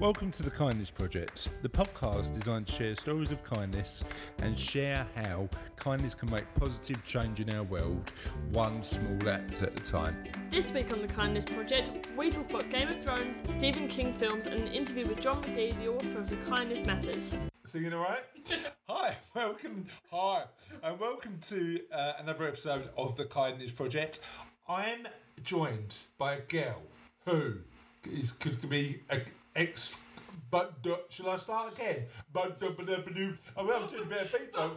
Welcome to the Kindness Project, the podcast designed to share stories of kindness and share how kindness can make positive change in our world, one small act at a time. This week on the Kindness Project, we talk about Game of Thrones, Stephen King films, and an interview with John McGee, the author of The Kindness Matters. Singing all right? Hi, welcome. Hi, and welcome to uh, another episode of the Kindness Project. I'm joined by a girl who is could be a ex. But duh, shall I start again? But duh, blah, blah, blah. oh, we haven't done a bit of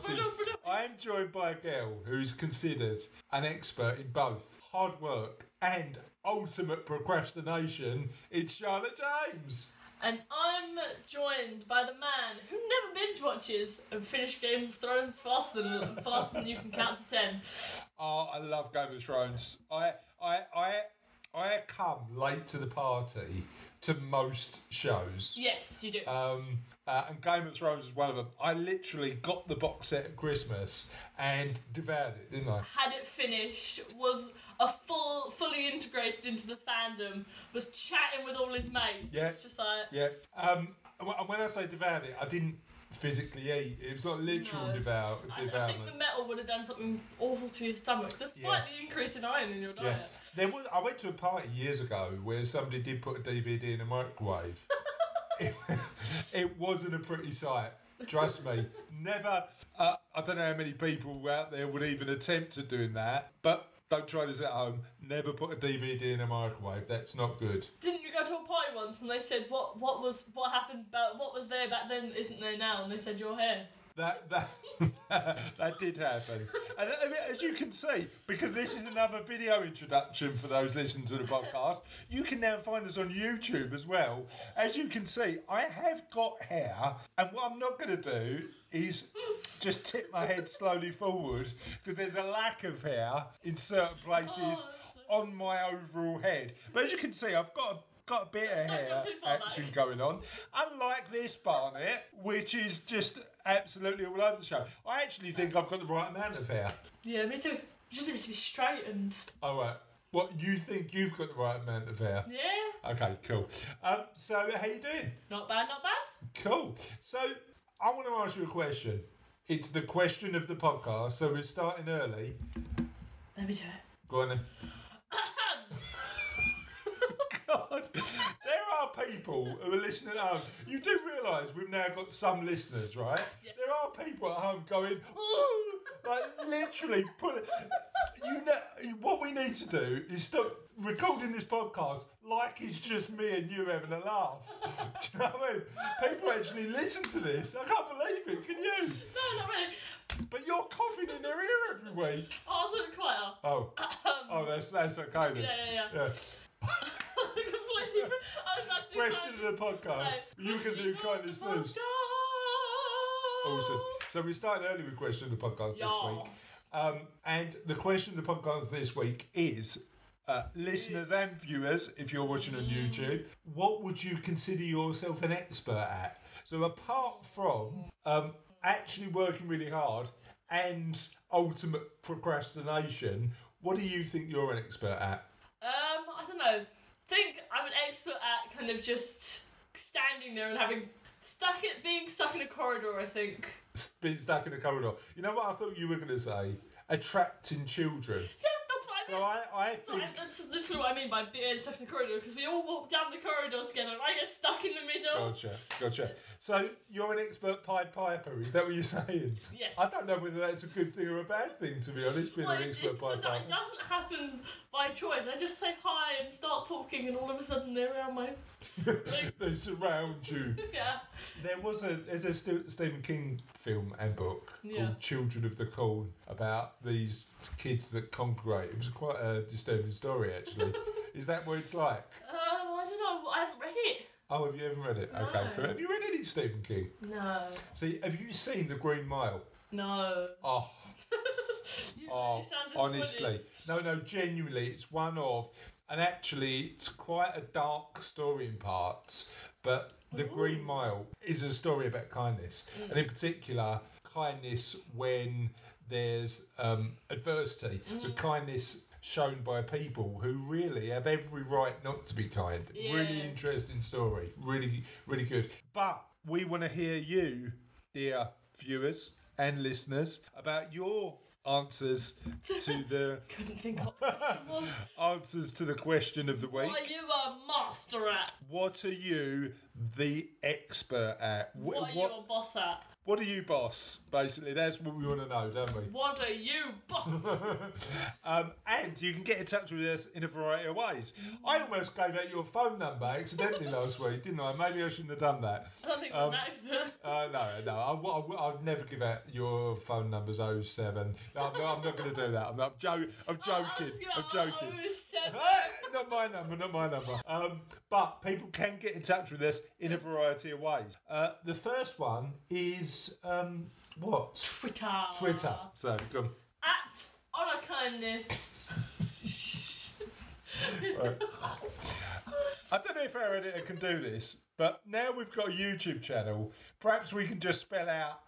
beatboxing. I'm joined by a girl who is considered an expert in both hard work and ultimate procrastination. It's Charlotte James. And I'm joined by the man who never binge watches and finished Game of Thrones faster than, faster than you can count to ten. Oh, I love Game of Thrones. I, I, I, I come late to the party to most shows. Yes, you do. Um, uh, and Game of Thrones is one of them. I literally got the box set at Christmas and devoured it, didn't I? had it finished, was a full, fully integrated into the fandom, was chatting with all his mates. Yeah. Just like, Yeah. Um, w- when I say devoured it, I didn't physically eat. It was not literal No, devour, it's- I, I think devourment. the metal would have done something awful to your stomach, despite Yeah. the increase in iron in your Yeah. diet. There was. I went to a party years ago where somebody did put a DVD in a microwave. it, it wasn't a pretty sight. Trust me. Never. Uh, I don't know how many people out there would even attempt at doing that, but. Don't try this at home. Never put a DVD in a microwave. That's not good. Didn't you go to a party once and they said what what was what happened about what was there back then that isn't there now and they said your hair. That that that did happen, and I mean, as you can see, because this is another video introduction for those listening to the podcast, you can now find us on YouTube as well. As you can see, I have got hair, and what I'm not going to do is just tip my head slowly forward because there's a lack of hair in certain places on my overall head. But as you can see, I've got a Got a bit of Don't go hair too far action back. going on. Unlike this Barnet, which is just absolutely all over the show. I actually think I've got the right amount of hair. Yeah, me too. You just need to be straightened. All right. What you think you've got the right amount of hair? Yeah. Okay, cool. Um, so how you doing? Not bad, not bad. Cool. So I want to ask you a question. It's the question of the podcast, so we're starting early. Let me do it. Go on. then. God, there are people who are listening at home. You do realise we've now got some listeners, right? Yes. There are people at home going, "Ooh," like literally put it. You know, what we need to do is stop recording this podcast like it's just me and you having a laugh. do you know what I mean? People actually listen to this. I can't believe it. Can you? No, not really. But you're coughing in their ear every week. Oh, I thought it quite up. Oh, Um, oh, that's that's okay then. yeah, yeah, yeah. yeah. Completely. fr- I was about to do Question of kindness. the podcast. You can do kindness news. Awesome. Awesome. So we started early with question of the podcast this week. Yes. Um, and the question of the podcast this week is uh, listeners and viewers, if you're watching on YouTube, what would you consider yourself an expert at? So apart from um, actually working really hard and ultimate procrastination, what do you think you're an expert at? Um, I don't know. Think I'm an expert at kind of just standing there and having stuck it being stuck in a corridor. I think. Being stuck in a corridor. You know what I thought you were going to say? Attracting children. Yeah, that's what I So mean. I, I That's what think I- that's literally what I mean by being stuck in the corridor because we all walk down the corridor together and I get stuck in the middle. Gotcha, gotcha. So you're an expert Pied Piper, is that what you're saying? Yes. I don't know whether that's a good thing or a bad thing, to be honest, being Well, an it, it, expert Pied doesn't- it Piper. doesn't happen by choice. I just say hi and start talking, and all of a sudden they're around my. they surround you. Yeah. There was a there's a Ste- Stephen King film and book Yeah. called Children of the Corn about these kids that congregate. It was quite a disturbing story, actually. is that what it's like? Um, I don't know. I haven't read it. Oh, have you ever read it? Okay, No. fair. Have you read any Stephen King? No. See, have you seen The Green Mile? No. Oh, You- Oh, you sound honestly, disappointed. no, no, genuinely, it's one of, and actually, it's quite a dark story in parts. But the Green Mile is a story about kindness, and in particular, kindness when there's um, adversity. So kindness shown by people who really have every right not to be kind. Really Yeah. interesting story. Really, really good. But we want to hear you, dear viewers and listeners, about your answers to the Couldn't think of what she was. answers to the question of the week. What are you a master at? What are you the expert at? Wh- What are you what, a boss at? what are you, boss? Basically, that's what we want to know, don't we? What are you boss? um, and you can get in touch with us in a variety of ways. Mm. I almost gave out your phone number accidentally last week, didn't I? Maybe I shouldn't have done that. I don't think Um, it was an accident. Uh, no, no, I, w- I w- I'd never give out your phone numbers 07. No, I'm not, I'm not going to do that. I'm, not, I'm, jo- I'm I joking. was I'm gonna- I- joking. I was seven. Ah, not my number, not my number. Um, but people can get in touch with us in a variety of ways. Uh, the first one is um, what? Twitter. Twitter. So, go on. At honor kindness. Right. I don't know if our editor can do this, but now we've got a YouTube channel. Perhaps we can just spell out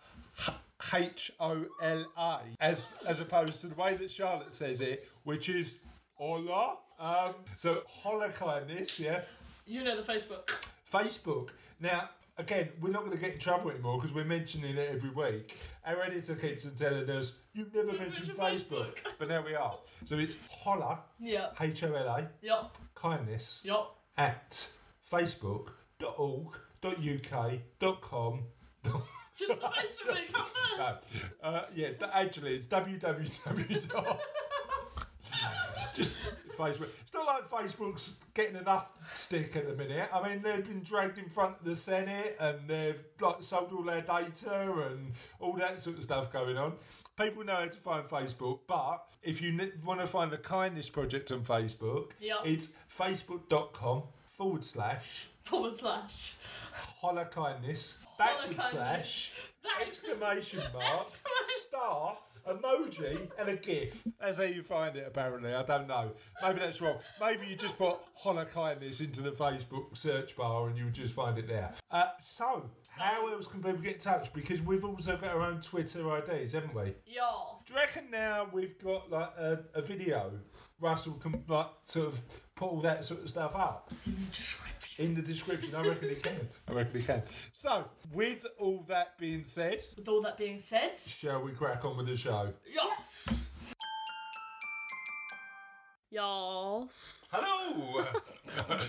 H O L A as as opposed to the way that Charlotte says it, which is hola. Um, so hola kindness, yeah. you know the Facebook. Facebook. Now, again, we're not going to get in trouble anymore because we're mentioning it every week. Our editor keeps on telling us, "You've never mentioned mentioned Facebook,", Facebook. but there we are. So it's hola, Yep. H O L A, Yep. kindness Yep. at facebook.org.uk.com. Should the Facebook link come first? No, uh, yeah, th- actually, it's www. dot- Just Facebook. It's not like Facebook's getting enough stick at the minute. I mean, they've been dragged in front of the Senate and they've like sold all their data and all that sort of stuff going on. People know how to find Facebook, but if you n- want to find the Kindness Project on Facebook, Yep. it's facebook.com forward slash Forward slash. holla kindness backward kindness. slash That is exclamation mark star emoji and a gif that's how you find it apparently i don't know maybe that's wrong maybe you just put holla kindness into the facebook search bar and you'll just find it there uh, so how else can people get in touch because we've also got our own twitter ids haven't we y'all. do you reckon now we've got like a, a video russell can like sort of put all that sort of stuff up in the description. I reckon it can. I reckon it can. So, with all that being said, With all that being said, shall we crack on with the show? yes. Yes. Hello! what are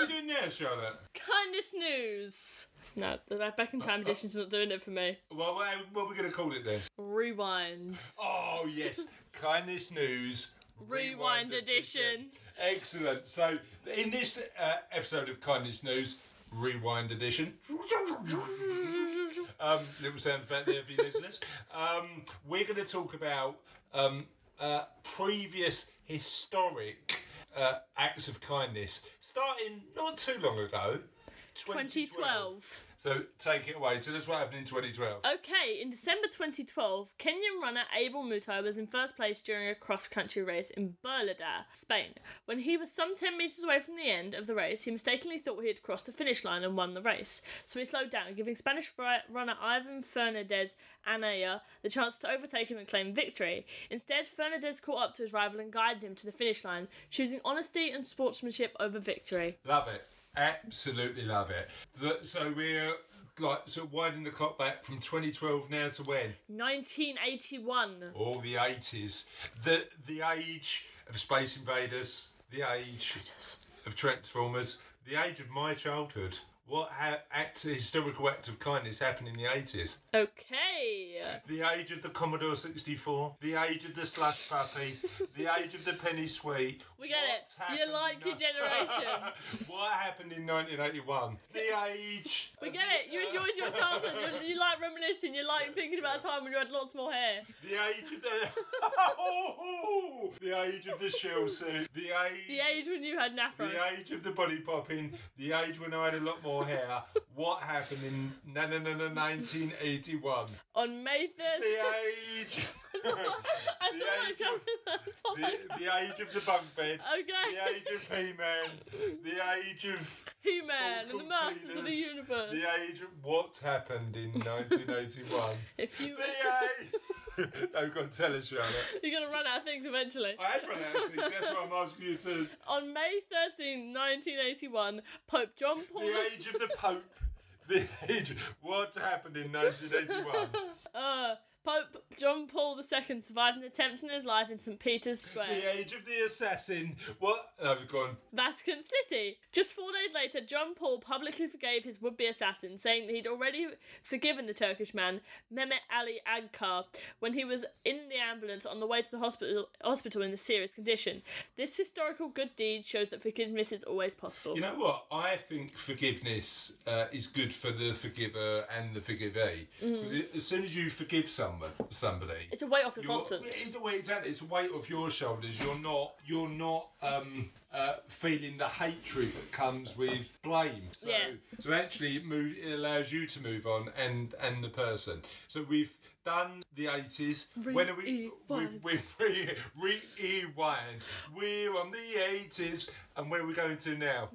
we doing now, Charlotte? Kindness news. No, the back in time edition's not doing it for me. Well, what what are we going to call it then? Rewind. Oh, yes. Kindness News. Rewind edition. Excellent. So, in this uh, episode of Kindness News, Rewind Edition, um, little sound effect there for you listeners, um, we're going to talk about um, uh, previous historic uh, acts of kindness starting not too long ago. 2012. So, take it away. So, that's what happened in 2012. Okay, in December 2012, Kenyan runner Abel Mutai was in first place during a cross country race in Berlada, Spain. When he was some 10 metres away from the end of the race, he mistakenly thought he had crossed the finish line and won the race. So he slowed down, giving Spanish ri- runner Ivan Fernandez Anaya the chance to overtake him and claim victory. Instead, Fernandez caught up to his rival and guided him to the finish line, choosing honesty and sportsmanship over victory. Love it. Absolutely love it. Th- So we're like so winding the clock back from 2012 now to when? 1981. All the 80s. The the age of Space Invaders, the age of Transformers, the age of my childhood. What ha- act, historical act of kindness happened in the 80s? Okay. The age of the Commodore 64, the age of the slush puppy, the age of the penny sweet. We get What's it. You happened like your in- generation. what happened in 1981? The age. We get it. You enjoyed your childhood. You, you like reminiscing. You like thinking about a time when you had lots more hair. The age of the. oh, the age of the shell suit. The age. The age when you had an afro. The age of the body popping, the age when I had a lot more hair. What happened in na na na na 1981? On May 30th. The age, I the saw age the, my camera that time. the age of the bunk bed, the Okay. age of He-Man, the age of E He-Man and the Fulcrum Masters of the Tuners, Universe. the age of what happened in 1981. If you The no, go and tell us, Charlotte. You're going to run out of things eventually. I have run out of things. That's what I'm asking you to. On May 13, 1981, Pope John Paul. The age E of the Pope. The age. What happened in 1981? Uh, Pope John Paul II survived an attempt on his life in St. Peter's Square, The age of the assassin. What? No, we've gone. Vatican City. Just four days later, John Paul publicly forgave his would be assassin, saying that he'd already forgiven the Turkish man, Mehmet Ali Agkar, when he was in the ambulance on the way to the hospital, hospital in a serious condition. This historical good deed shows that forgiveness is always possible. You know what? I think forgiveness uh, is good for the forgiver and the forgivee. Because as soon as you forgive someone, somebody, Mm-hmm. it's a weight off your you're- conscience. yeah, the way exactly, it's a weight off your shoulders. You're not. You're not um, uh, feeling the hatred that comes with blame. So, Yeah. so actually, it, move, it allows you to move on and and the person. So we've done the eighties. When are we? Rewind. We re rewind. We're on the eighties, and where are we going to now?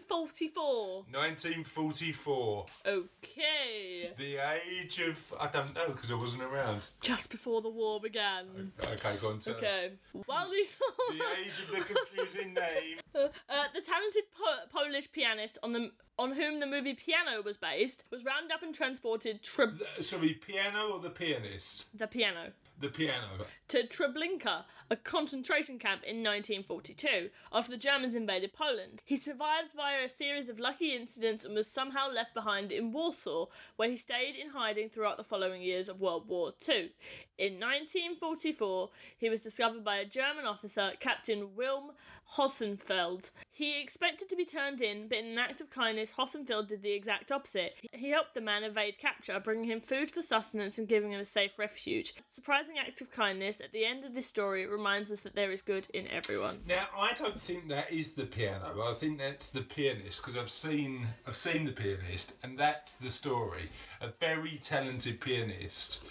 1944. 1944, Okay. the age of I don't know because I wasn't around. Just before the war began. Okay, go on. Tell us. Okay. While these The age of the confusing name. uh, the talented po- Polish pianist on the on whom the movie Piano was based was rounded up and transported Treb- Sorry, piano or the pianist? the piano The piano. to Treblinka, a concentration camp in 1942 after the Germans invaded Poland. He survived via a series of lucky incidents and was somehow left behind in Warsaw, where he stayed in hiding throughout the following years of World War II. In 1944, he was discovered by a German officer, Captain Wilm Hossenfeld. He expected to be turned in, but in an act of kindness, Hossenfeld did the exact opposite. He helped the man evade capture, bringing him food for sustenance and giving him a safe refuge. Surprising act of kindness at the end of this story reminds us that there is good in everyone. Now I don't think that is the piano. I think that's the pianist because I've seen I've seen the pianist, and that's the story. A very talented pianist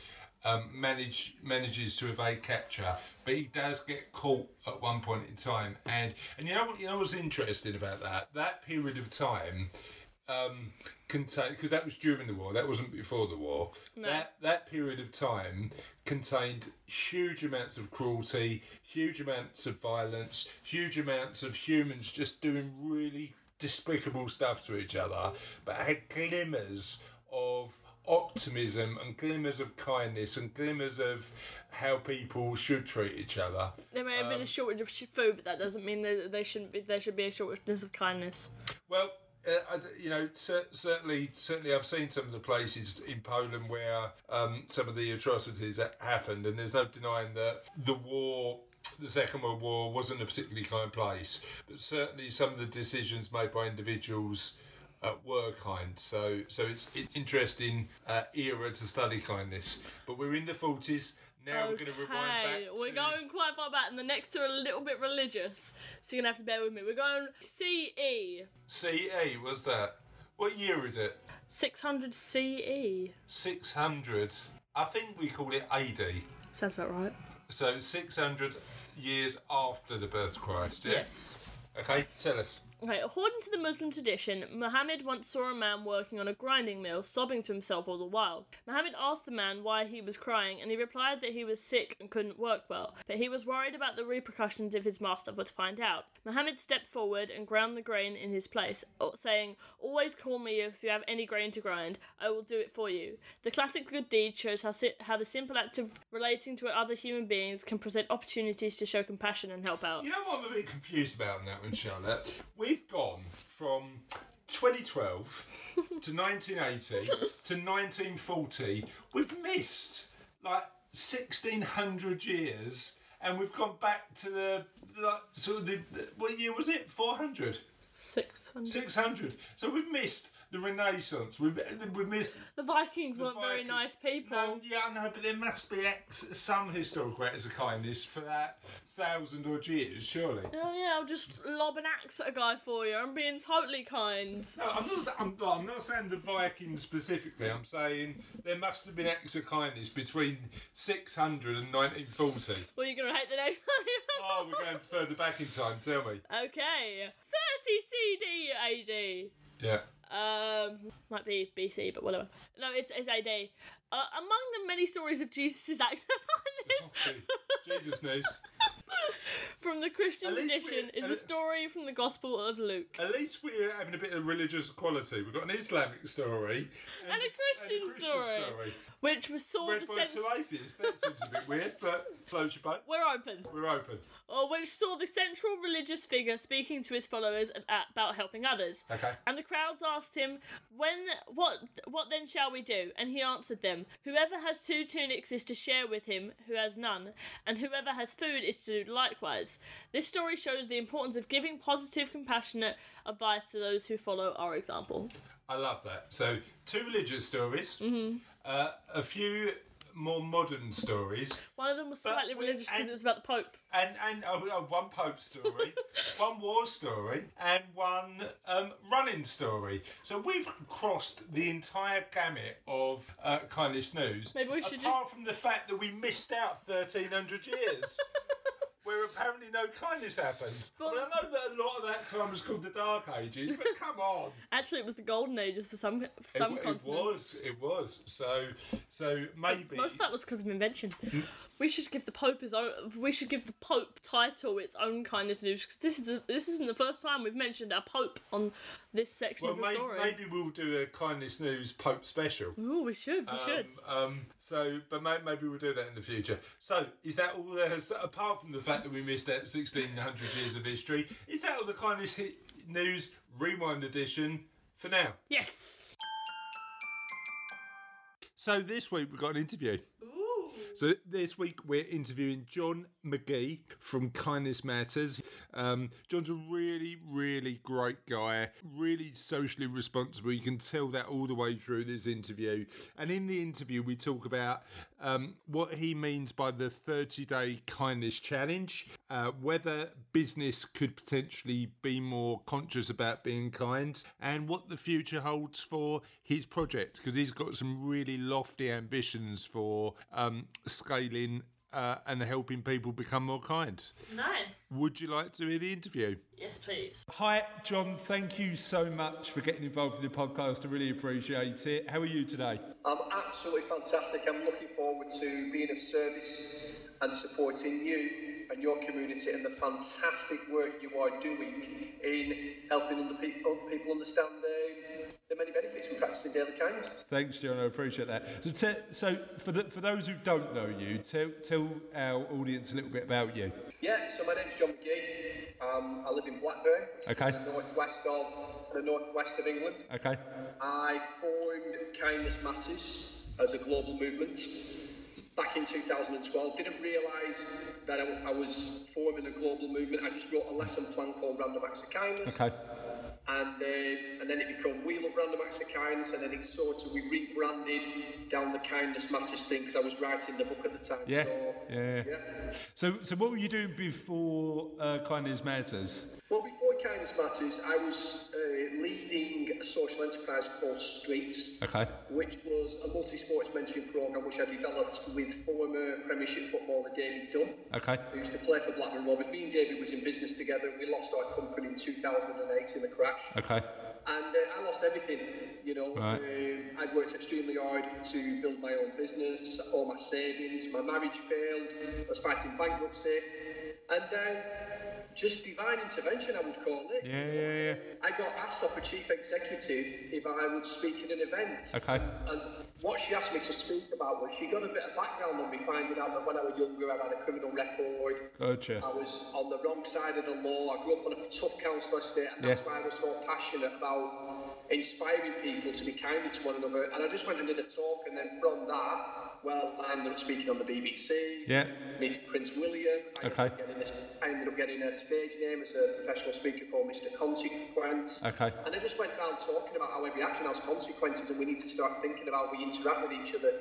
um, manage manages to evade capture, but he does get caught at one point in time. And and you know what you know what's interesting about that that period of time. um, contain because that was during the war. That wasn't before the war. That that period of time contained huge amounts of cruelty, huge amounts of violence, huge amounts of humans just doing really despicable stuff to each other, but had glimmers of optimism and glimmers of kindness and glimmers of how people should treat each other. There may have Um, been a shortage of sh- food, but that doesn't mean that they shouldn't be. There should be a shortage of kindness. Well, uh, I d- you know, cer- certainly, certainly, I've seen some of the places in Poland where um, some of the atrocities that happened, and there's no denying that the war. The Second World War wasn't a particularly kind place, but certainly some of the decisions made by individuals uh, were kind. So, so it's an interesting uh, era to study kindness. But we're in the forties now. We're going to rewind back. Okay, we're to- going quite far back, and the next two are a little bit religious, so you're gonna have to bear with me. We're going E. CE. CE. Was E, that? What year is it? 600 CE. Six hundred. I think we call it AD. Sounds about right. So 600 years after the birth of Christ, yeah? Yes. Okay, tell us. Okay, according to the Muslim tradition, Muhammad once saw a man working on a grinding mill, sobbing to himself all the while. Muhammad asked the man why he was crying, and he replied that he was sick and couldn't work well, but he was worried about the repercussions if his master were to find out. Muhammad stepped forward and ground the grain in his place, o- saying, Always call me if you have any grain to grind, I will do it for you. The classic good deed shows how, si- how the simple act of relating to other human beings can present opportunities to show compassion and help out. You know what I'm a bit confused about on that one, Charlotte? We've gone from 2012 to 1980 to 1940. We've missed like 1600 years and we've gone back to the, like, sort of the, the what year was it? 400? 600. 600. So we've missed the Renaissance. We've, we've missed The Vikings weren't very Vikings. nice people. No, yeah, I know, but there must be ex- some historical acts of kindness for that thousand odd years, surely. Oh yeah, I'll just lob an axe at a guy for you. I'm being totally kind. No, I'm not. I'm, well, I'm not saying the Vikings specifically. I'm saying there must have been acts of kindness between 600 and 1940. Well, you're gonna hate the next one. Oh, we're going further back in time. Tell me. okay, 30 CD AD. Yeah. Um, might be BC, but whatever. No, it's, it's AD. Uh, among the many stories of Jesus' acts of Okay. kindness, Jesus knows. from the Christian At least tradition, we- is the at- story from the Gospel of Luke. At least we're having a bit of religious equality. We've got an Islamic story and, a Christian story. Which was sort Read of by sent- two atheists. That seems a bit weird, but float your boat. We're open. We're open. Or which saw the central religious figure speaking to his followers a- about helping others. Okay. And the crowds asked him, "When what what then shall we do?" And he answered them, "Whoever has two tunics is to share with him who has none, and whoever has food is to do likewise." This story shows the importance of giving positive, compassionate advice to those who follow our example. I love that. So, two religious stories, Mm-hmm. uh, a few more modern stories, One of them was But slightly we- religious because and- it was about the Pope. and and oh, oh, one Pope story, one war story, and one um, running story. So we've crossed the entire gamut of uh, kindness news. Maybe we should apart from the fact that we missed out thirteen hundred years. Where apparently no kindness happened. I, mean, I know that a lot of that time was called the Dark Ages, but come on, Actually, it was the Golden Ages for some for It some w- it, continents. was, it was. So, so maybe Most of that was because of invention. We should give the Pope his own. We should give the Pope title its own kindness news because this is the, this isn't the first time we've mentioned our Pope on this section Well, of the maybe, story. maybe we'll do a kindness news Pope special. Ooh, we should. We should. Um, um, so, but may, maybe we'll do that in the future. So, is that all there has? Apart from the fact that we missed out 1600 years of history, is that all the kindness hit news rewind edition for now? Yes. So this week we've got an interview. Ooh. So this week we're interviewing John McGee from Kindness Matters. Um, John's a really, really great guy, really socially responsible. You can tell that all the way through this interview. And in the interview, we talk about um, what he means by the 30 day kindness challenge, uh, whether business could potentially be more conscious about being kind, and what the future holds for his project, because he's got some really lofty ambitions for um, scaling. Uh, and helping people become more kind. Nice. Would you like to hear the interview? Yes, please. Hi, John. Thank you so much for getting involved in the podcast. I really appreciate it. How are you today? I'm absolutely fantastic. I'm looking forward to being of service and supporting you and your community and the fantastic work you are doing in helping other people, people understand the, the many benefits from practicing daily kindness. Thanks, John. I appreciate that. So, te- so for the, for those who don't know you, tell tell our audience a little bit about you. Yeah, so my name's John McGee. Um, I live in Blackburn, which Okay. is in the northwest of the northwest of England. Okay. I formed Kindness Matters as a global movement back in 2012. Didn't realise that I, I was forming a global movement. I just wrote a lesson plan called Random Acts of Kindness, Okay. and uh, and then it became Wheel of Random Acts of Kindness, and then it sort of we rebranded down the Kindness Matters thing because I was writing the book at the time. Yeah. So, Yeah. yeah. So so what were you doing before uh, Kindness Matters? Well, before Kindness Matters, I was uh, leading a social enterprise called Streets. Okay. which was a multi-sports mentoring program which I developed with former Premiership footballer David Dunn, Okay. who used to play for Blackburn Rovers. Me and David was in business together. We lost our company in 2008 in a crash, Okay. and uh, I lost everything. You know, Right. um, I'd worked extremely hard to build my own business, all my savings. My marriage failed. I was fighting bankruptcy, and uh, just divine intervention, I would call it. Yeah. Yeah. Yeah. I got asked off a chief executive if I would speak at an event. Okay. And what she asked me to speak about was she got a bit of background on me, finding out that when I was younger, I had a criminal record. Gotcha. I was on the wrong side of the law. I grew up on a tough council estate, and that's Yeah. why I was so passionate about inspiring people to be kinder to one another. And I just went and did a talk, and then from that, well, I ended up speaking on the BBC. Yeah. Meeting Prince William. I ended, Okay. up getting a, I ended up getting a stage name as a professional speaker called Mr. Consequence. Okay. And I just went round talking about how every action has consequences, and we need to start thinking about how we interact with each other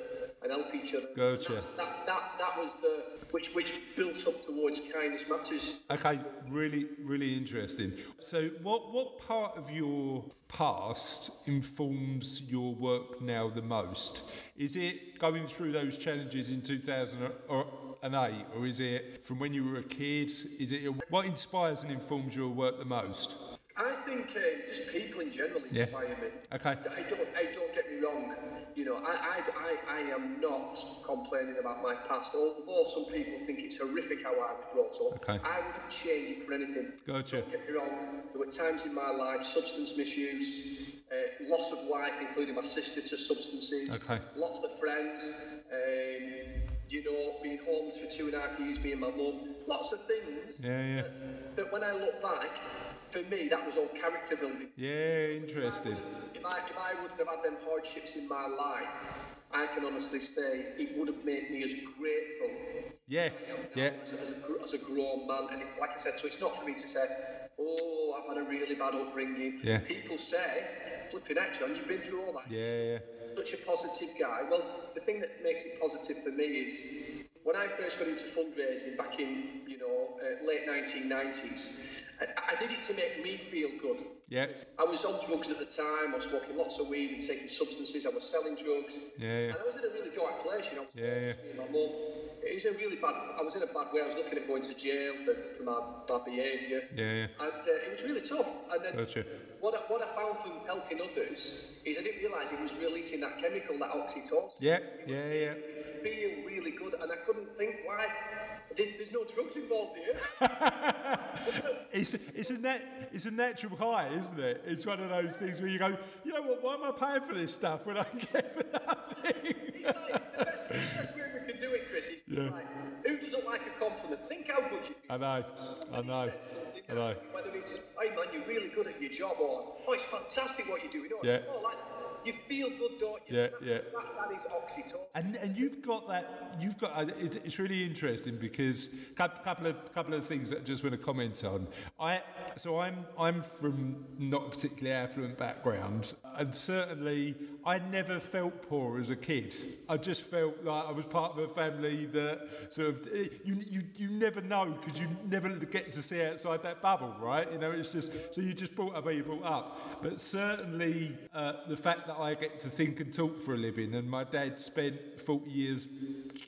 and help each other. Gotcha. That's- That, that, that was the which which built up towards kindness matters. Okay, really, really interesting. So, what what part of your past informs your work now the most? Is it going through those challenges in two thousand and eight, or is it from when you were a kid? Is it your, what inspires and informs your work the most? I think think uh, just people in general Yeah. inspire me. Okay. I don't, I don't get me wrong. You know, I, I, I, I am not complaining about my past. Although some people think it's horrific how I was brought up, Okay. I wouldn't change it for anything. Gotcha. Don't get me wrong. There were times in my life, substance misuse, uh, loss of wife, including my sister to substances, Okay. lots of friends, um, you know, being homeless for two and a half years, being my mum, lots of things. Yeah, yeah. But when I look back, for me, that was all character building. Yeah, interesting. If I, if I wouldn't have had them hardships in my life, I can honestly say it would have made me as grateful Yeah, yeah. as, a- as, a, gr- as a grown man. And it- like I said, so it's not for me to say, oh, I've had a really bad upbringing. Yeah. People say, flipping action, you've been through all that. Yeah, yeah. Such a positive guy. Well, the thing that makes it positive for me is when I first got into fundraising back in, you know, uh, late 1990s, I, I did it to make me feel good. Yeah. I was on drugs at the time. I was smoking lots of weed and taking substances. I was selling drugs. Yeah, yeah. And I was in a really dark place, you know. I was Yeah, yeah. me and my mum. It was a really bad. I was in a bad way. I was looking at going to jail for, for my bad behaviour. Yeah, yeah. And uh, it was really tough. And then Gotcha. what I, what I found from helping others is I didn't realise it was releasing that chemical, that oxytocin. Yeah, yeah, yeah. It feel really good, and I couldn't think why. There, there's no drugs involved here. it's it's a nat, it's a natural high, isn't it? It's one of those things where you go, you know what? Why am I paying for this stuff when I can get for nothing? It's like, the best, the best way we can do it, Chris, is Yeah. like, who doesn't like a compliment? Think how good you I do. know, I know, Somebody says something, I know. Whether it's, hey man, you're really good at your job, or, oh, it's fantastic what you're doing, or, Yeah. oh, like, you feel good, don't you? Yeah, That's- yeah. That, that is oxytocin. And, and you've got that you've got uh, it, it's really interesting because cou- couple of couple of things that I just want to comment on I so I'm I'm from not a particularly affluent background and certainly I never felt poor as a kid I just felt like I was part of a family that sort of eh, you you, you never know because you never get to see outside that bubble right you know it's just so you just brought up how you brought up but certainly uh, the fact that I get to think and talk for a living and my dad spent 40 years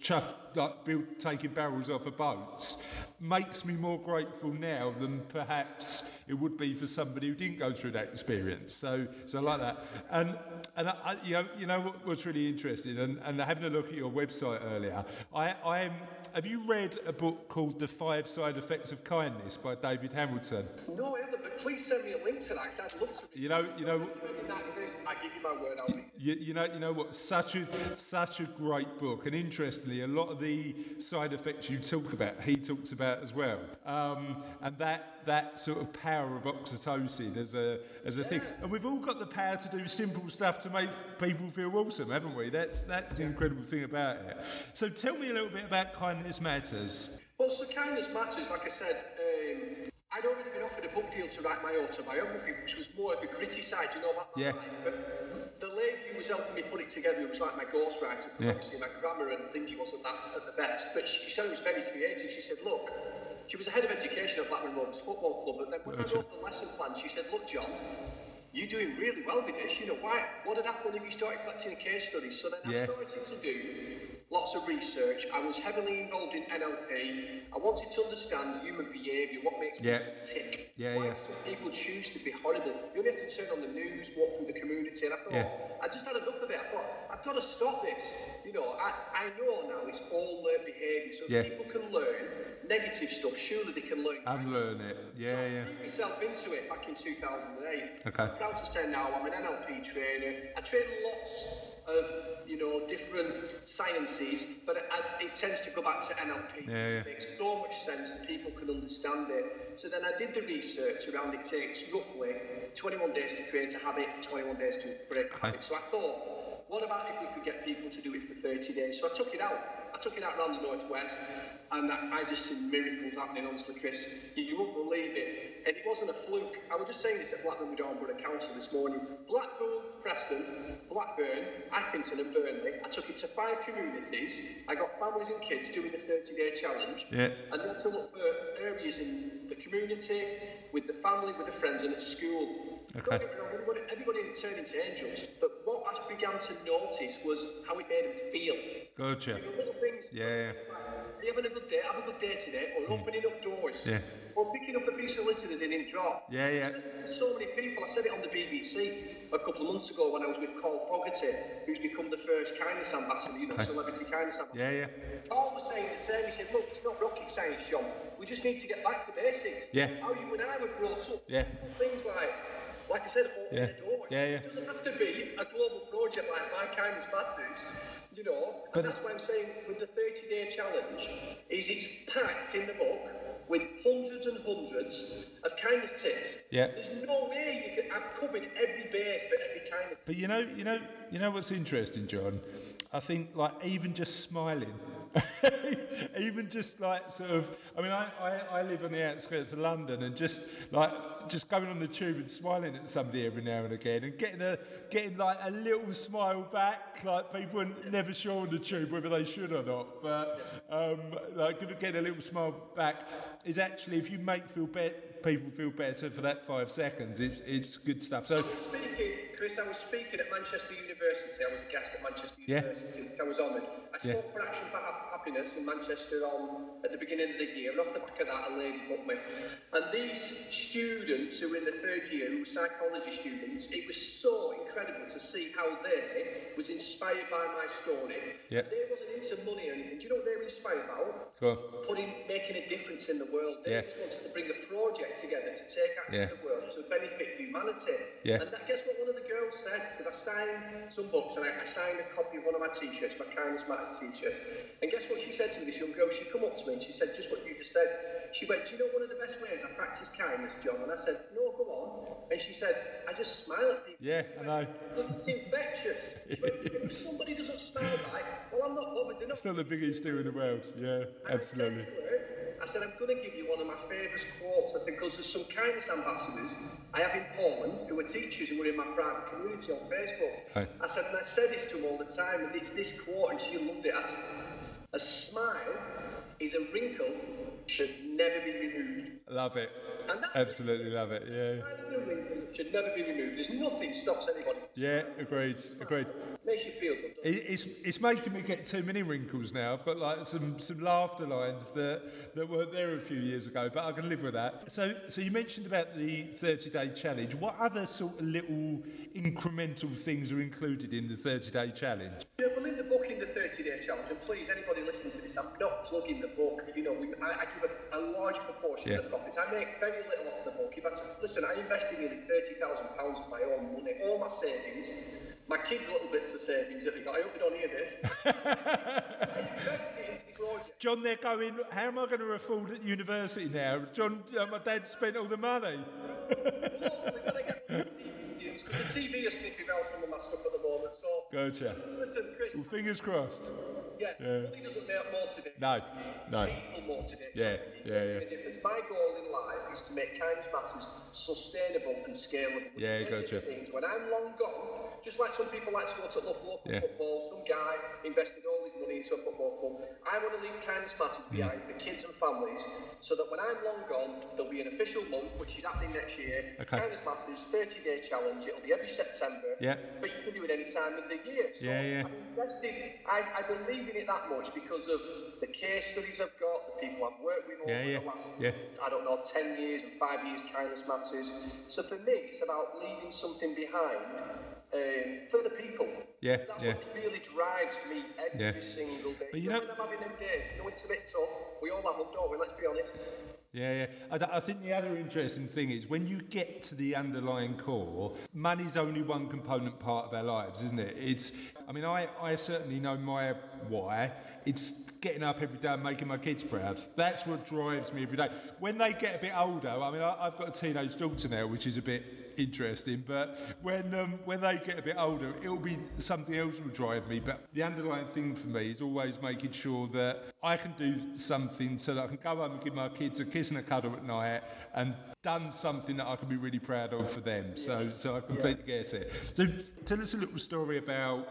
chuff, like build, taking barrels off of boats makes me more grateful now than perhaps it would be for somebody who didn't go through that experience so so I like that and and I, I, you know you know what, what's really interesting and, and having a look at your website earlier I I'm have you read a book called The Five Side Effects of Kindness by David Hamilton No, Heather, but please send me a link to that, 'cause I'd love to read you know you know in that, Chris. I give you my word, I'll read it. You, you know, you know what? Such a such a great book, and interestingly, a lot of the side effects you talk about, he talks about as well, um, and that that sort of power of oxytocin as a as a thing, and we've all got the power to do simple stuff to make people feel awesome, haven't we? That's that's the incredible thing about it. So tell me a little bit about kindness matters. Well, so kindness matters. Like I said, um, I'd already been offered a book deal to write my autobiography, which was more of the gritty side, you know, about my Yeah. life. But the lady who was helping me put it together, who was like my ghostwriter, because Yeah. obviously my grammar and thinking wasn't that at the best. But she said it was very creative. She said, look, she was the head of education at Blackman Rovers Football Club, but then when Gotcha. I wrote the lesson plan, she said, look, John. You're doing really well with this. You know why? What had happened if you started collecting case studies? So then I Yeah. started started to do lots of research. I was heavily involved in NLP. I wanted to understand human behaviour, what makes Yeah. people tick. Yeah, why yeah. some people choose to be horrible. You only have to turn on the news, walk through the community, and I thought, Yeah. I just had enough of it. I thought, I've got to stop this. You know, I, I know now it's all learned behaviour. So if Yeah. people can learn negative stuff. Surely they can learn. And kindness. learn it. Yeah, so yeah. I threw myself into it back in 2008. Okay. I'm proud to say now I'm an NLP trainer. I train lots of you know different sciences, but it, it tends to go back to NLP. Yeah, yeah. It makes so much sense that people can understand it. So then I did the research around it takes roughly 21 days to create a habit, 21 days to break a Okay. habit. So I thought, what about if we could get people to do it for 30 days? So I took it out. I took it out around the northwest, and I, I just seen miracles happening. Honestly, Chris, you, you won't believe it. And it wasn't a fluke. I was just saying this at Blackburn with Armborough Council this morning. Blackpool, Preston, Blackburn, Accrington, and Burnley. I took it to five communities. I got families and kids doing the 30-day challenge. Yeah. And then to look for areas in the community, with the family, with the friends, and at school. Okay. Don't get me wrong, everybody, everybody didn't turn into angels, but what I began to notice was how it made them feel. Gotcha. The little things. Yeah, yeah. The having a good day, have a good day today, or opening up doors, Yeah. or picking up a piece of litter that they didn't drop. Yeah, yeah. I said to so many people, I said it on the BBC a couple of months ago when I was with Carl Fogarty, who's become the first kindness ambassador, you know, celebrity kindness ambassador. Yeah, yeah. All was saying the same. He said, "Look, it's not rocket science, John. We just need to get back to basics. Yeah. How you and I were brought up. Yeah. Simple Things like, like I said, opening Yeah. the door. Yeah, yeah. It doesn't have to be a global project like My Kindness Matters, you know. But- and that's why I'm saying with the 30-day challenge, is it's packed in the book with hundreds and hundreds of kindness tips. Yeah. There's no way you could. I've covered every base for every kindness. But you know, you know, you know what's interesting, John? I think like even just smiling, even just like sort of. I mean, I, I, I live on the outskirts of London, and just like just going on the tube and smiling at somebody every now and again, and getting a getting like a little smile back. Like people are never sure on the tube whether they should or not, but um, like getting a little smile back is actually if you make feel bet people feel better for that five seconds, it's it's good stuff. So. was speaking, Chris, I was speaking at Manchester University. I was a guest at Manchester Yeah. University. I was honoured. I spoke for Action for Hap- Happiness in Manchester on at the beginning of the year, and off the back of that, a lady booked me. And these students who were in the third year, who were psychology students, it was so incredible to see how they was inspired by my story. Yeah. They wasn't into money or anything. Do you know what they were inspired about? Go on. putting making a difference in the world. They Yeah. just wanted to bring a project together to take action Yeah. to the world to benefit humanity. Yeah. And that, guess what one of the girls said? Because I signed some books and I, I signed a copy of one of my t-shirts, my Kindness Matters t-shirts. And guess what she said to me, this young girl? She come up to me and she said just what you just said. She went, do you know one of the best ways I practice kindness, John? And I said, no, go on. And she said, I just smile at people. Yeah, I know. It's infectious. She went, if somebody doesn't smile right, well, I'm not bothered. They're not It's not the biggest deal in the world. Yeah, and absolutely. I said, to her, I said, I'm going to give you one of my favourite quotes. I said, because there's some kindness ambassadors I have in Poland who are teachers and were in my private community on Facebook. Right. I said, and I said this to them all the time, and it's this quote, and she loved it. I said, a smile is a wrinkle should never be removed. Love it. And that's Absolutely love it. A Yeah. smile is a wrinkle that should never be removed. There's nothing stops anybody. Yeah, agreed. Agreed. Makes you feel good. It, it's it's making me get too many wrinkles now. I've got like some, some laughter lines that, that weren't there a few years ago, but I can live with that. So so you mentioned about the 30 day challenge. What other sort of little incremental things are included in the 30 day challenge? Yeah, well, in the book, in the 30 day challenge, and please, anybody listening to this, I'm not plugging the book. You know, we, I, I give a, a large proportion Yeah. of the profits. I make very little off the book. If I t- listen, I invested nearly £30,000 of my own money, all my savings, my kids' little bits of savings that they got. I hope they don't hear this. I invested it into this project. John, they're going, how am I going to afford at university now? John, uh, my dad spent all the money. Hopefully, when I get the TV deals, because the TV are snipping out some of my stuff at the moment. So, Gotcha. listen, Chris, Well, fingers crossed. yeah, money doesn't make motivate. No, no. people motivate. Yeah, yeah, yeah. The difference. My goal in life is to make kindness matters sustainable and scalable. which Yeah, basically gotcha. means When I'm long gone, just like some people like to go to love local Yeah. football, some guy invested all his money into a football club. I want to leave kindness matters Hmm. behind for kids and families, so that when I'm long gone, there'll be an official month, which is happening next year. Okay. Kindness matters 30 day challenge. It'll be every September. Yeah. But you can do it any time of the year. So Yeah, yeah. I mean, that's the, I, I believe in it that much because of the case studies I've got, the people I've worked with over Yeah, yeah, the last, yeah. I don't know, 10 years and five years, kindness matters. So for me, it's about leaving something behind um, for the people. Yeah, That's yeah. what really drives me every Yeah. single day. But you Even know- when I'm having them days, you know, it's a bit tough. We all have them, don't we? Let's be honest. Yeah, yeah. I, th- I think the other interesting thing is when you get to the underlying core, money's only one component part of our lives, isn't it? It's, I mean, I, I certainly know my why. It's getting up every day and making my kids proud. That's what drives me every day. When they get a bit older, I mean, I, I've got a teenage daughter now, which is a bit interesting. But when um, when they get a bit older, it'll be something else will drive me. But the underlying thing for me is always making sure that I can do something so that I can go home and give my kids a kiss and a cuddle at night, and done something that I can be really proud of for them. So so I completely get it. So tell us a little story about.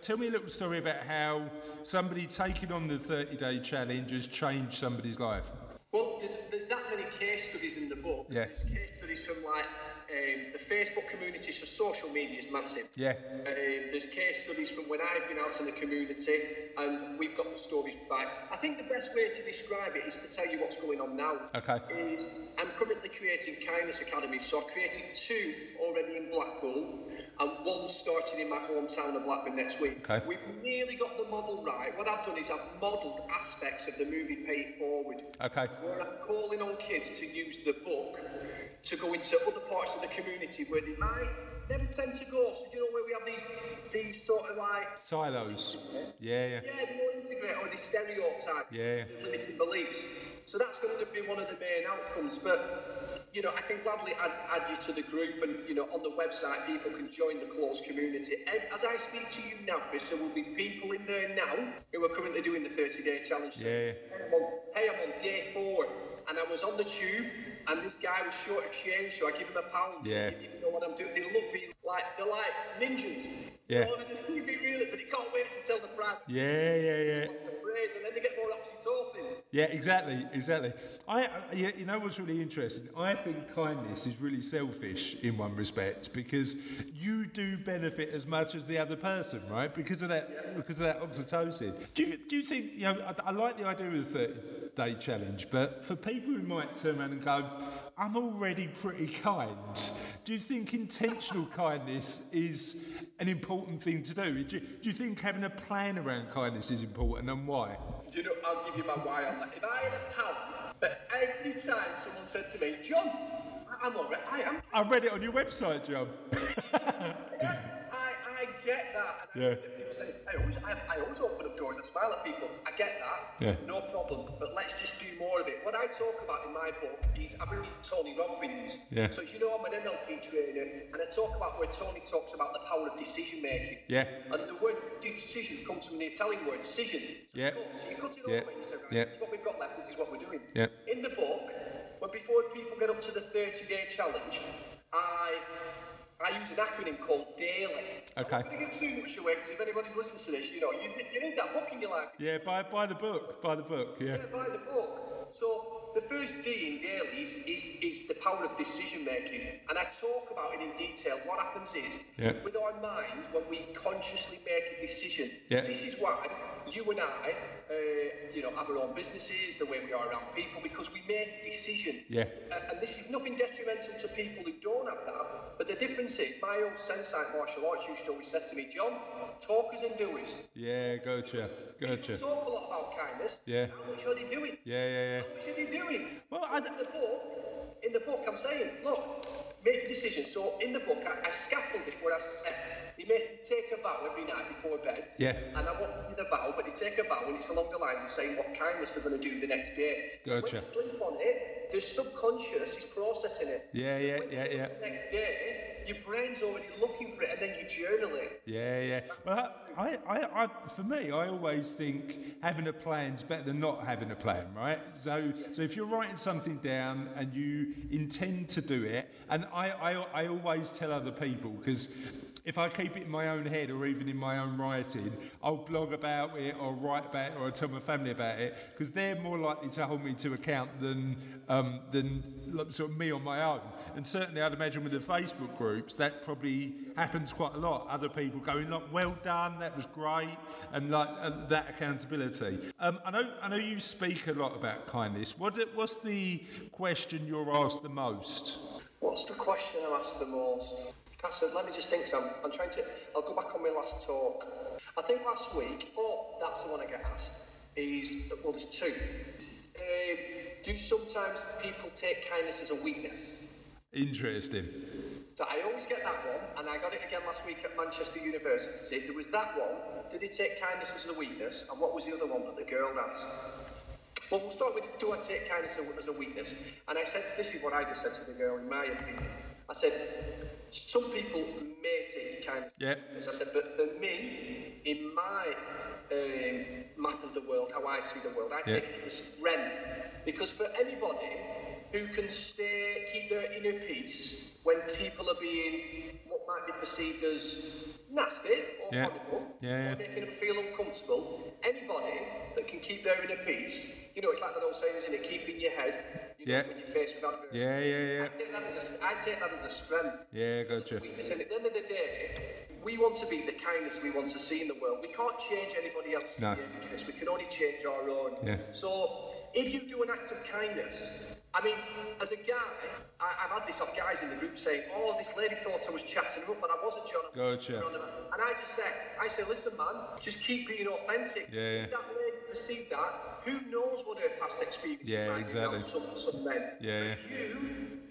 Tell me a little story about how somebody taking on the 30 day challenge has changed somebody's life. Well, there's, there's that many case studies in the book. Yeah. There's case studies from like um, the Facebook community, so social media is massive. Yeah. Um, there's case studies from when I've been out in the community, and we've got the stories back. I think the best way to describe it is to tell you what's going on now. Okay. Is I'm currently creating Kindness Academy, so I've created two already in Blackpool, and one starting in my hometown of Blackburn next week. Okay. We've nearly got the model right. What I've done is I've modelled aspects of the movie Pay It Forward. Okay. Where I'm uh, calling on kids to use the book to go into other parts of the community where they might never tend to go. So do you know where we have these these sort of like Silos. Yeah, yeah. yeah, they won't integrate or they stereotype Yeah. limited beliefs. So that's going to be one of the main outcomes. But you know, I can gladly add, add you to the group, and you know, on the website, people can join the close community. And as I speak to you now, Chris, there will be people in there now who are currently doing the 30-day challenge. Yeah. Hey, I'm on, hey, I'm on day four, and I was on the tube, and this guy was short of change, so I give him a pound. Yeah. He didn't know what I'm doing. They look me like they're like ninjas. Yeah. You know, they just keep it real, but they can't wait to tell the brand. Yeah, yeah, yeah. Lots of praise, and then they get more oxytocin. Yeah, exactly, exactly. I, I yeah, you know what's really interesting? I think kindness is really selfish in one respect because you do benefit as much as the other person, right? Because of that, because of that oxytocin. Do you, do you think? You know, I, I like the idea of the thirty-day challenge, but for people who might turn around and go, "I'm already pretty kind," do you think intentional kindness is an important thing to do? Do you, do you think having a plan around kindness is important, and why? Do you know, I'll give you my why on that. If I had a pound, but every time someone said to me, John, I- I'm alright, I am. I read it on your website, John. I, I get that. And I Yeah. get people say, I always, I, I always open up doors, I smile at people. I get that. Yeah. No problem. But let's just do more of it. What I talk about in my book is I've been reading Tony Robbins. Yeah. So you know I'm an NLP trainer, and I talk about where Tony talks about the power of decision making. Yeah. And the word decision comes from the Italian word decision. So Yeah. cut. So you cut it all Yeah. the way, you say, right, Yeah. what we've got left, this is what we're doing. Yeah. In the book, but before people get up to the 30 day challenge, I I use an acronym called DAILY. Okay. I'm not going to give too much away because if anybody's listened to this, you know, you, you need that book in your life. Yeah, by by the book, by the book. Yeah. Yeah, by the book. So the first D in daily is, is, is the power of decision making, and I talk about it in detail. What happens is Yeah. with our mind when we consciously make a decision. Yeah. This is why you and I, uh, you know, have our own businesses, the way we are around people, because we make a decision. Yeah. A- and this is nothing detrimental to people who don't have that. But the difference is, my old sensei at martial arts used to always say to me, John, talkers and doers. Yeah. Gotcha. Gotcha. People talk a lot about kindness. Yeah. How much are they doing? Yeah. Yeah. Yeah. What should they do in? Well, I d- in the book, in the book, I'm saying, look, make a decision. So in the book, I, I scaffolded it where I said, you make take a vow every night before bed. Yeah. And I want you the vow, but you take a vow, and it's along the lines of saying what kindness they're going to do the next day. When Gotcha. you sleep on it, the subconscious is processing it. Yeah. Yeah. Yeah. Yeah. The next day, your brain's already looking for it, and then you journal it. Yeah, yeah. Well, I, I, I, for me, I always think having a plan's better than not having a plan, right? So, so if you're writing something down and you intend to do it, and I, I, I always tell other people because if I keep it in my own head or even in my own writing, I'll blog about it or write about it or I'll tell my family about it because they're more likely to hold me to account than, um, than like, sort of me on my own. And certainly, I'd imagine with the Facebook groups, that probably happens quite a lot. Other people going like, "Well done, that was great," and like and that accountability. Um, I know, I know you speak a lot about kindness. What, what's the question you're asked the most? What's the question I'm asked the most? I said, let me just think, 'cause I'm, I'm trying to. I'll go back on my last talk. I think last week, oh, that's the one I get asked, is well, there's two. Um, do sometimes people take kindness as a weakness? Interesting. So I always get that one, and I got it again last week at Manchester University. There was that one. Did they take kindness as a weakness? And what was the other one that the girl asked? Well, we'll start with do I take kindness as a- as a weakness? And I said, this is what I just said to the girl, in my opinion. I said, some people may take kindness Yeah. as I said, but for me, in my um, map of the world, how I see the world, I Yeah. take it as a strength. Because for anybody who can stay, keep their inner peace when people are being what might be perceived as nasty or Yeah. horrible Yeah, yeah. or making them feel uncomfortable, anybody that can keep their inner peace, you know, it's like that old saying, isn't it? Keeping your head, you know, Yeah. when you're faced with adversity. Yeah, yeah, yeah. I take that as a, I take that as a strength. Yeah, gotcha. Weakness. And at the end of the day, we want to be the kindness we want to see in the world. We can't change anybody else's No. behaviour, Chris. We can only change our own. Yeah. So if you do an act of kindness, I mean, as a guy, I, I've had this off guys in the group saying, "Oh, this lady thought I was chatting her up, but I wasn't, John." I was Gotcha. on her." And I just said, "I said, listen, man, just keep being authentic. Yeah, yeah. If that lady perceived that, who knows what her past experiences Yeah, might be around exactly. some, some men. Yeah, yeah. You,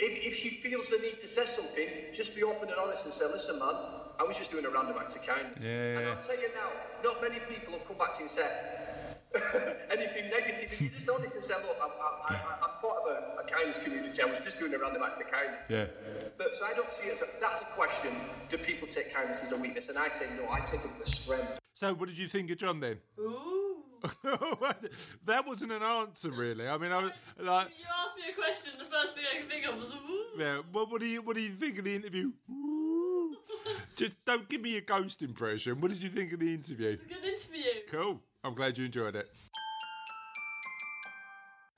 if, if she feels the need to say something, just be open and honest and say, listen, man, I was just doing a random act of kindness. Yeah. And I'll tell you now, not many people will come back to you and say anything negative. If you just honest and say, look, I'm, I'm, I'm- I'm part of a, a kindness community, I was just doing a random act of kindness. Yeah. But, so I don't see it as a, that's a question. Do people take kindness as a weakness? And I say, no, I take it as a strength. So, what did you think of John then? Ooh. that wasn't an answer, really. I mean, I was like, You asked me a question, the first thing I could think of was ooh. yeah. What, what do you What do you think of the interview? Ooh. Just don't give me a ghost impression. What did you think of the interview? Good interview. Cool. I'm glad you enjoyed it.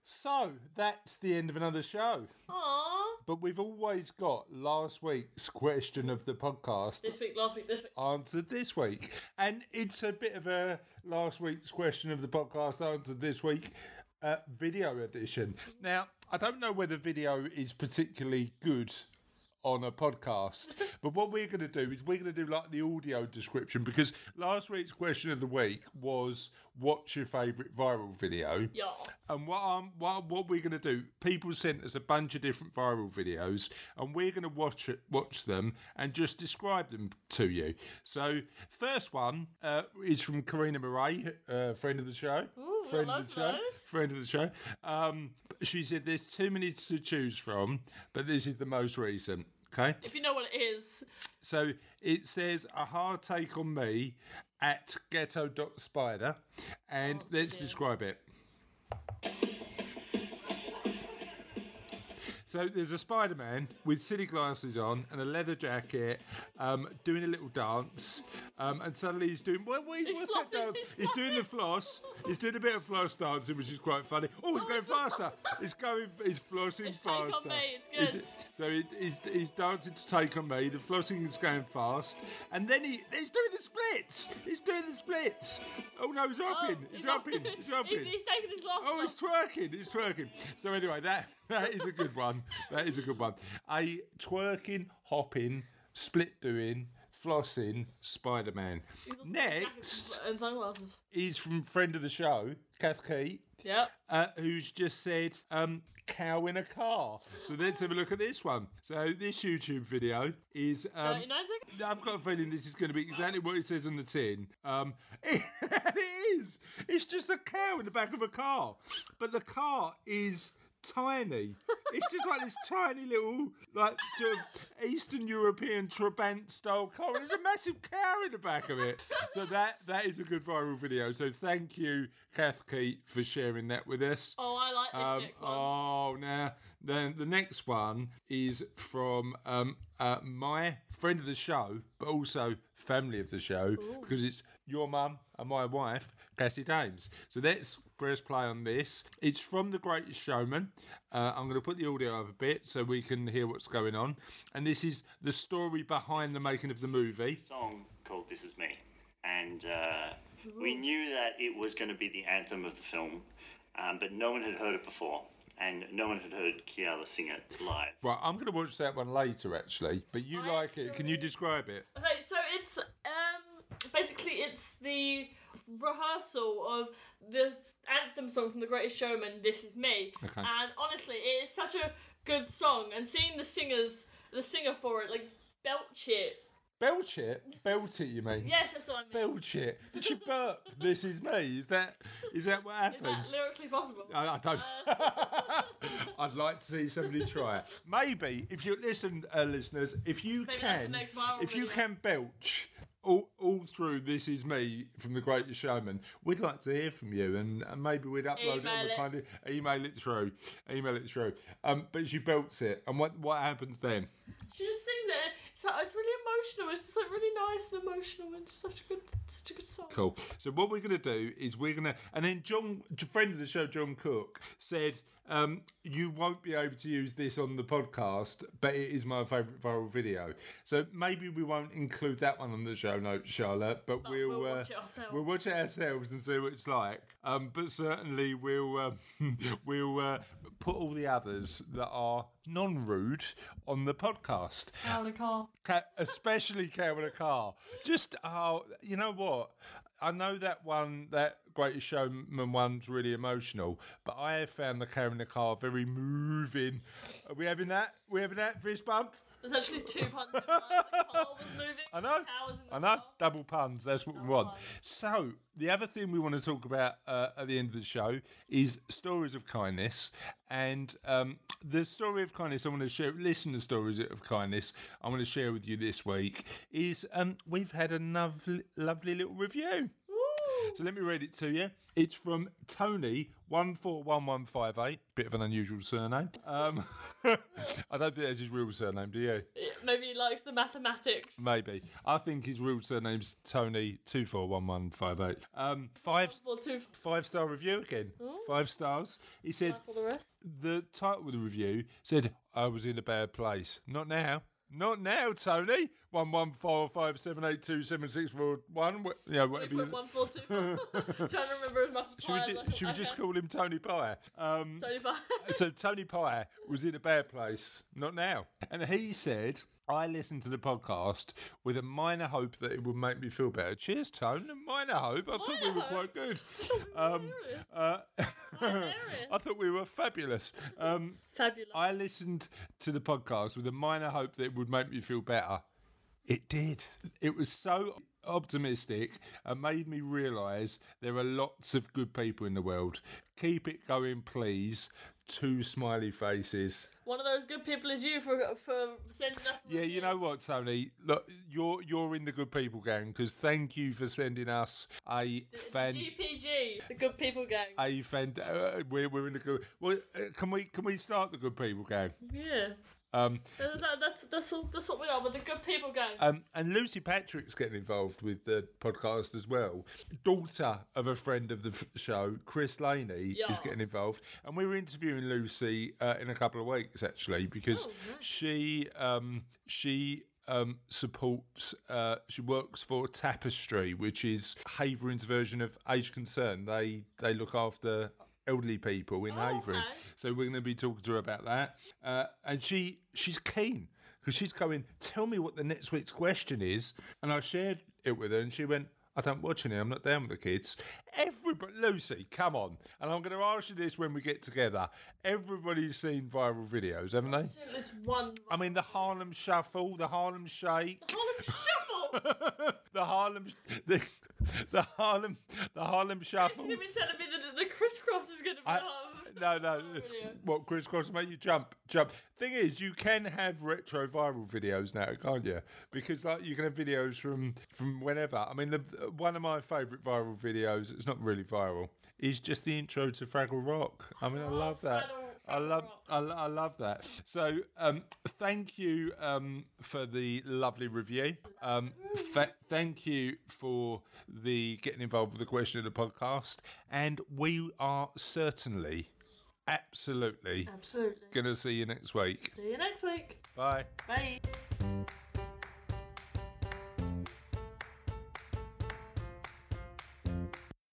So that's the end of another show. Aww. But we've always got last week's question of the podcast This week, last week, this week. answered this week. And it's a bit of a last week's question of the podcast answered this week uh, video edition. Now, I don't know whether video is particularly good on a podcast, but what we're going to do is we're going to do like the audio description because last week's question of the week was what's your favourite viral video? Yeah. And what I'm, what what we're going to do? People sent us a bunch of different viral videos, and we're going to watch it, watch them, and just describe them to you. So, first one uh, is from Karina Murray, uh, friend of the show, Ooh, I friend love of the show, those. friend of the show. Um, she said, "There's too many to choose from, but this is the most recent." Okay. If you know what it is, So it says a hard take on me at ghetto.spider and let's describe it. So there's a Spider Man with silly glasses on and a leather jacket, um, doing a little dance, um, and suddenly he's doing what, what, what's that flossing, dance? he's He's doing the floss. He's doing a bit of floss dancing, which is quite funny. Oh, he's going it's not- faster. He's going. He's flossing It's Take On faster. Me, it's He d- good. so it, he's, he's dancing to take on me. The flossing is going fast, and then he he's doing the splits. He's doing the splits. Oh no, he's Oh, hopping. he's hopping. up- He's hopping. he's, he's taking his glasses Oh, he's off. twerking. He's twerking. So anyway, that that is a good one. That is a good one. A twerking, hopping, split doing, flossing, Spider Man. Next And sunglasses. is from friend of the show, Kath Keat Yep. uh, who's just said um, cow in a car. So let's have a look at this one. So this YouTube video is. Um, 39 seconds. I've got a feeling this is going to be exactly what it says on the tin. Um, it is. It's just a cow in the back of a car, but the car is tiny. It's just like this tiny little, like sort of Eastern European Trabant style car. There's a massive cow in the back of it. So that that is a good viral video. So thank you, Kath Keat, for sharing that with us. Oh, I like this Um, next one. Oh, now then the next one is from um, uh, my friend of the show, but also family of the show because it's your mum and my wife, Cassie Dames. So let's press play on this. It's from The Greatest Showman. Uh, I'm going to put the audio up a bit so we can hear what's going on. And this is the story behind the making of the movie. song called This Is Me. And uh, we knew that it was going to be the anthem of the film, um, but no one had heard it before. And no one had heard Kiala sing it live. Right, I'm going to watch that one later actually. But you I like it? Can you describe it? Okay, so it's um basically it's the rehearsal of this anthem song from The Greatest Showman, This Is Me. Okay. And honestly, it is such a good song and seeing the singers the singer for it, like belch it. Belch it, belt it. You mean? Yes, that's what I mean. belch it. Did she burp? this is me. Is that is that what Is that Uh. happens? lyrically possible? I, I don't. I'd like to see somebody try it. Maybe if you listen, uh, listeners, if you that's the can, next viral if you video. can belch. All, all through this is me from the greatest showman we'd like to hear from you and, and maybe we'd upload it, on Email the it. kind of email it through email it through um, but she belts it and what what happens then She just sings it. So it's really emotional. It's just like really nice and emotional, and just such a good, such a good song. Cool. So what we're going to do is we're going to, and then John, a friend of the show, John Cook, said, um, "You won't be able to use this on the podcast, but it is my favourite viral video." So maybe we won't include that one on the show notes, Charlotte, but we'll Oh, we'll uh, watch it ourselves. we'll watch it ourselves and see what it's like. Um, but certainly we'll um, we'll uh, put all the others that are non-rude on the podcast. Down the car. Ca- especially Carol and Carl. Just oh, you know what? I know that one, that Greatest Showman one's really emotional, but I have found the Carol and the Carl very moving. Are we having that? we having that fist bump? There's actually two puns. in one. The car was moving. I know. Cow was in the I know. car. Double puns. That's what we want. puns. So the other thing we want to talk about uh, at the end of the show is stories of kindness, and um, the story of kindness I want to share. Listener stories of kindness I want to share with you this week is um, we've had a lovely, lovely little review. So let me read it to you. It's from Tony one four one one five eight. Bit of an unusual surname. Um, I don't think that's his real surname. Do you? It- Maybe he likes the mathematics. Maybe. I think his real surname's Tony two four one one five eight. Um five Well, two f- five star review again. Five stars. He said for the rest. the title of the review said I was in a bad place. Not now. Not now, Tony. One one four five seven eight two seven six four one. wh- Yeah, whatever. Put You, one four two. Trying to remember as much as should we, possible. ju- should we just call him Tony Pye? Um, Tony Pye. so Tony Pye was in a bad place, not now. And he said, I listened to the podcast with a minor hope that it would make me feel better. Cheers, Tone. A minor hope. I thought we Minor were hope. quite good. Um, Uh, Hilarious. I thought we were fabulous. Um, Fabulous. I listened to the podcast with a minor hope that it would make me feel better. It did. It was so optimistic and made me realise there are lots of good people in the world. Keep it going, please. Two smiley faces. One of those good people is you for for sending us. a Yeah, you review. know what, Tony? Look, you're you're in the good people gang because thank you for sending us a fan. GPG, the good people gang. A fan. Uh, we're we're in the good. Well, uh, can we can we start the good people gang? yeah. Um, That- that- that's that's what that's what we are. We're the good people gang. Um, and Lucy Patrick's getting involved with the podcast as well. Daughter of a friend of the f- show, Chris Laney, is Yes. getting involved. And we were interviewing Lucy uh, in a couple of weeks actually because Oh, she um, she um, supports. Uh, she works for Tapestry, which is Havering's version of Age Concern. They they look after elderly people in Havering. Oh, okay. So we're going to be talking to her about that. Uh, and she she's keen because she's going. Tell me what the next week's question is. And I shared it with her, and she went. I don't watch any. I'm not down with the kids. Everybody, Lucy, come on. And I'm going to ask you this when we get together. Everybody's seen viral videos, haven't they? Still, it's one. I mean, the Harlem Shuffle, the Harlem Shake, Harlem Shuffle. the Harlem, the, the Harlem, the Harlem She's Shuffle. gonna be telling me that the crisscross is gonna be I- on. No, no. Oh, Brilliant. What crisscross make you jump? Jump. Thing is, you can have retro viral videos now, can't you? Because like you can have videos from from whenever. I mean, the, one of my favourite viral videos. It's not really viral. Is just the intro to Fraggle Rock. I mean, I love that. Oh, Fraggle- I Fraggle love. Rock. I, lo- I love that. So, um, thank you um, for the lovely review. Um, fa- thank you for the getting involved with the question of the podcast. And we are certainly, absolutely, Absolutely. going to see you next week. See you next week. Bye. Bye.